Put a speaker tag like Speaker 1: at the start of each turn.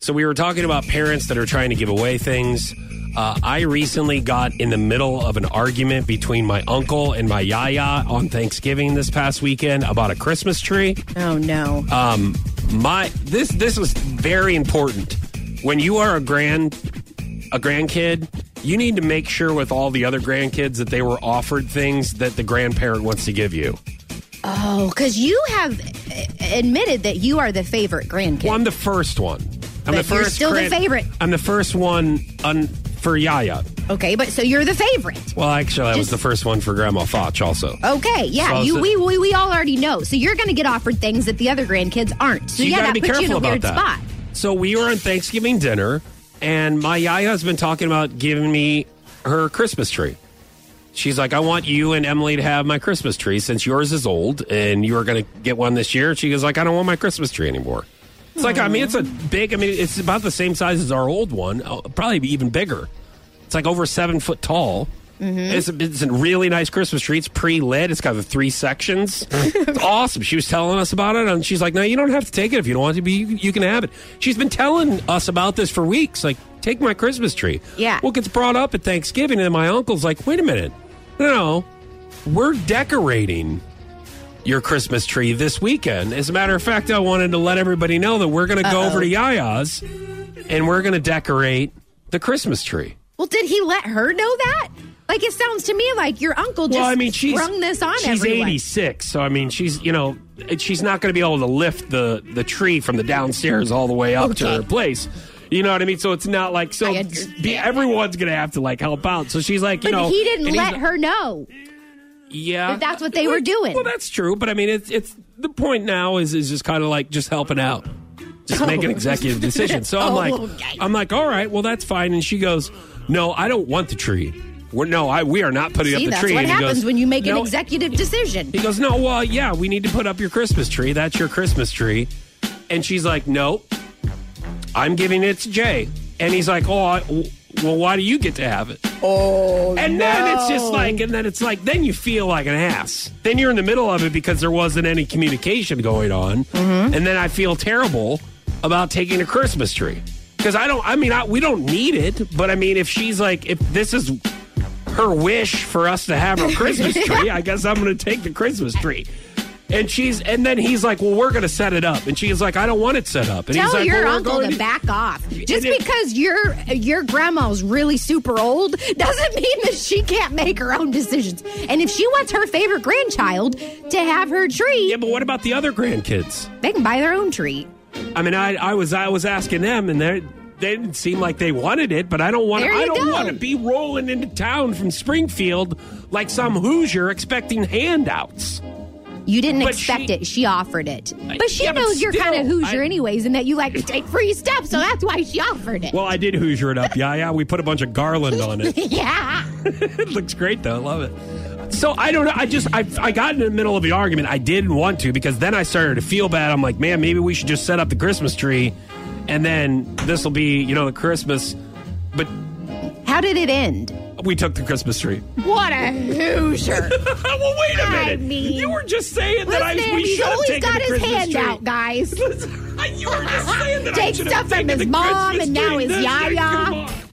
Speaker 1: So we were talking about parents that are trying to give away things. Uh, I recently got in the middle of an argument between my uncle and my yaya on Thanksgiving this past weekend about a Christmas tree.
Speaker 2: Oh no.
Speaker 1: Um, my this this was very important. When you are a grand a grandkid, you need to make sure with all the other grandkids that they were offered things that the grandparent wants to give you.
Speaker 2: oh, because you have uh, admitted that you are the favorite grandkid.
Speaker 1: Well, I'm the first one. I'm
Speaker 2: But you're still the favorite.
Speaker 1: I'm the first one un- for Yaya.
Speaker 2: Okay, but so you're the favorite.
Speaker 1: Well, actually, I was
Speaker 2: Just- Oh,
Speaker 1: the first one for Grandma Foch also.
Speaker 2: Okay,
Speaker 1: So I
Speaker 2: yeah,
Speaker 1: was
Speaker 2: you
Speaker 1: the-
Speaker 2: we, we we all already know. So you're going to get offered things that the other grandkids aren't. So
Speaker 1: you
Speaker 2: yeah,
Speaker 1: gotta
Speaker 2: that
Speaker 1: be
Speaker 2: puts
Speaker 1: careful
Speaker 2: you in a
Speaker 1: about
Speaker 2: weird
Speaker 1: that.
Speaker 2: spot.
Speaker 1: So we were on Thanksgiving dinner, and my yaya's been talking about giving me her Christmas tree. She's like, I want you and Emily to have my Christmas tree since yours is old and you are going to get one this year. She goes like, I don't want my Christmas tree anymore. It's like, I mean, it's a big. I mean, it's about the same size as our old one, uh, probably even bigger. It's like over seven foot tall. It's, a, it's a really nice Christmas tree. It's pre lit. It's got the three sections. it's awesome. She was telling us about it, and she's like, "No, you don't have to take it if you don't want to. Be you, you can have it." She's been telling us about this for weeks. Like, take my Christmas tree.
Speaker 2: Yeah.
Speaker 1: Well, it gets brought up at Thanksgiving, and my uncle's like, "Wait a minute, no, no, we're decorating." Your Christmas tree this weekend. As a matter of fact, I wanted to let everybody know that we're going to go over to Yaya's and we're going to decorate the Christmas tree.
Speaker 2: Well, did he let her know that? Like it sounds to me like your uncle just
Speaker 1: well, I mean, she's
Speaker 2: sprung this on
Speaker 1: She's
Speaker 2: everyone.
Speaker 1: 86, so I mean, she's you know, she's not going to be able to lift the the tree from the downstairs all the way up to
Speaker 2: Okay.
Speaker 1: her place. You know what I mean? So it's not like so
Speaker 2: I understand.
Speaker 1: be, everyone's going to have to like help out. So she's like,
Speaker 2: But
Speaker 1: you know,
Speaker 2: he didn't
Speaker 1: and he's
Speaker 2: let
Speaker 1: not-
Speaker 2: her know.
Speaker 1: Yeah,
Speaker 2: that that's what they were doing.
Speaker 1: Well, that's true, but I mean, it's it's the point now is is just kind of like just helping out, just making executive decisions. So I'm
Speaker 2: Oh,
Speaker 1: like,
Speaker 2: okay.
Speaker 1: I'm like, all right, well that's fine. And she goes, no, I don't want the tree. We're, no, I we are not putting
Speaker 2: See,
Speaker 1: up the
Speaker 2: that's
Speaker 1: tree.
Speaker 2: what
Speaker 1: And he
Speaker 2: happens
Speaker 1: goes,
Speaker 2: when you make an
Speaker 1: "No,
Speaker 2: executive decision.
Speaker 1: He goes, No, well, yeah, we need to put up your Christmas tree. That's your Christmas tree. And she's like, Nope, I'm giving it to Jay. And he's like, Oh, I, w- well, why do you get to have it? Oh, and then it's just like, and then it's like, then you feel like an ass. Then you're in the middle of it because there wasn't any communication going on.
Speaker 2: Mm-hmm.
Speaker 1: And then I feel terrible about taking a Christmas tree because I don't. I mean, I, we don't need it, but I mean, if she's like, if this is her wish for us to have her Christmas tree, I guess I'm going to take the Christmas tree. And she's, and then he's like, "Well, we're going to set it up," and she's like, "I don't want it set up." And
Speaker 2: Tell
Speaker 1: he's like,
Speaker 2: your
Speaker 1: well, we're
Speaker 2: uncle
Speaker 1: going
Speaker 2: to back off. Just
Speaker 1: it-
Speaker 2: because your your grandma's really super old doesn't mean that she can't make her own decisions. And if she wants her favorite grandchild to have her tree,
Speaker 1: Yeah, but what about the other grandkids?
Speaker 2: they can buy their own tree.
Speaker 1: I mean, I, I was, I was asking them, and they they didn't seem like they wanted it. But I don't want,
Speaker 2: There
Speaker 1: I
Speaker 2: you
Speaker 1: don't
Speaker 2: go.
Speaker 1: want to be rolling into town from Springfield like some Hoosier expecting handouts.
Speaker 2: You didn't
Speaker 1: But
Speaker 2: expect
Speaker 1: she-
Speaker 2: it. She offered it. But she
Speaker 1: yeah, but
Speaker 2: knows you're
Speaker 1: still,
Speaker 2: kind of Hoosier
Speaker 1: I-
Speaker 2: anyways and that you like to take free stuff, so that's why she offered it.
Speaker 1: Well, I did Hoosier it up. Yeah, yeah. We put a bunch of garland on it.
Speaker 2: yeah.
Speaker 1: it looks great though. I love it. So I don't know. I just I, I got in the middle of the argument. I didn't want to because then I started to feel bad. I'm like, man, maybe we should just set up the Christmas tree, and then this will be you know the Christmas. But
Speaker 2: How did it end?
Speaker 1: we took the Christmas tree.
Speaker 2: What a Hoosier.
Speaker 1: well, wait a
Speaker 2: I
Speaker 1: minute.
Speaker 2: mean-
Speaker 1: you were just saying that I
Speaker 2: Listen,
Speaker 1: we
Speaker 2: he's
Speaker 1: should have
Speaker 2: always
Speaker 1: taken
Speaker 2: got
Speaker 1: the
Speaker 2: his
Speaker 1: Christmas
Speaker 2: hand
Speaker 1: tree.
Speaker 2: out, guys.
Speaker 1: Listen, you were just saying that I
Speaker 2: Take
Speaker 1: should have
Speaker 2: stuff from
Speaker 1: taken
Speaker 2: his
Speaker 1: the
Speaker 2: mom
Speaker 1: Christmas
Speaker 2: and now
Speaker 1: tree
Speaker 2: his
Speaker 1: this year.
Speaker 2: yaya.
Speaker 1: Come on.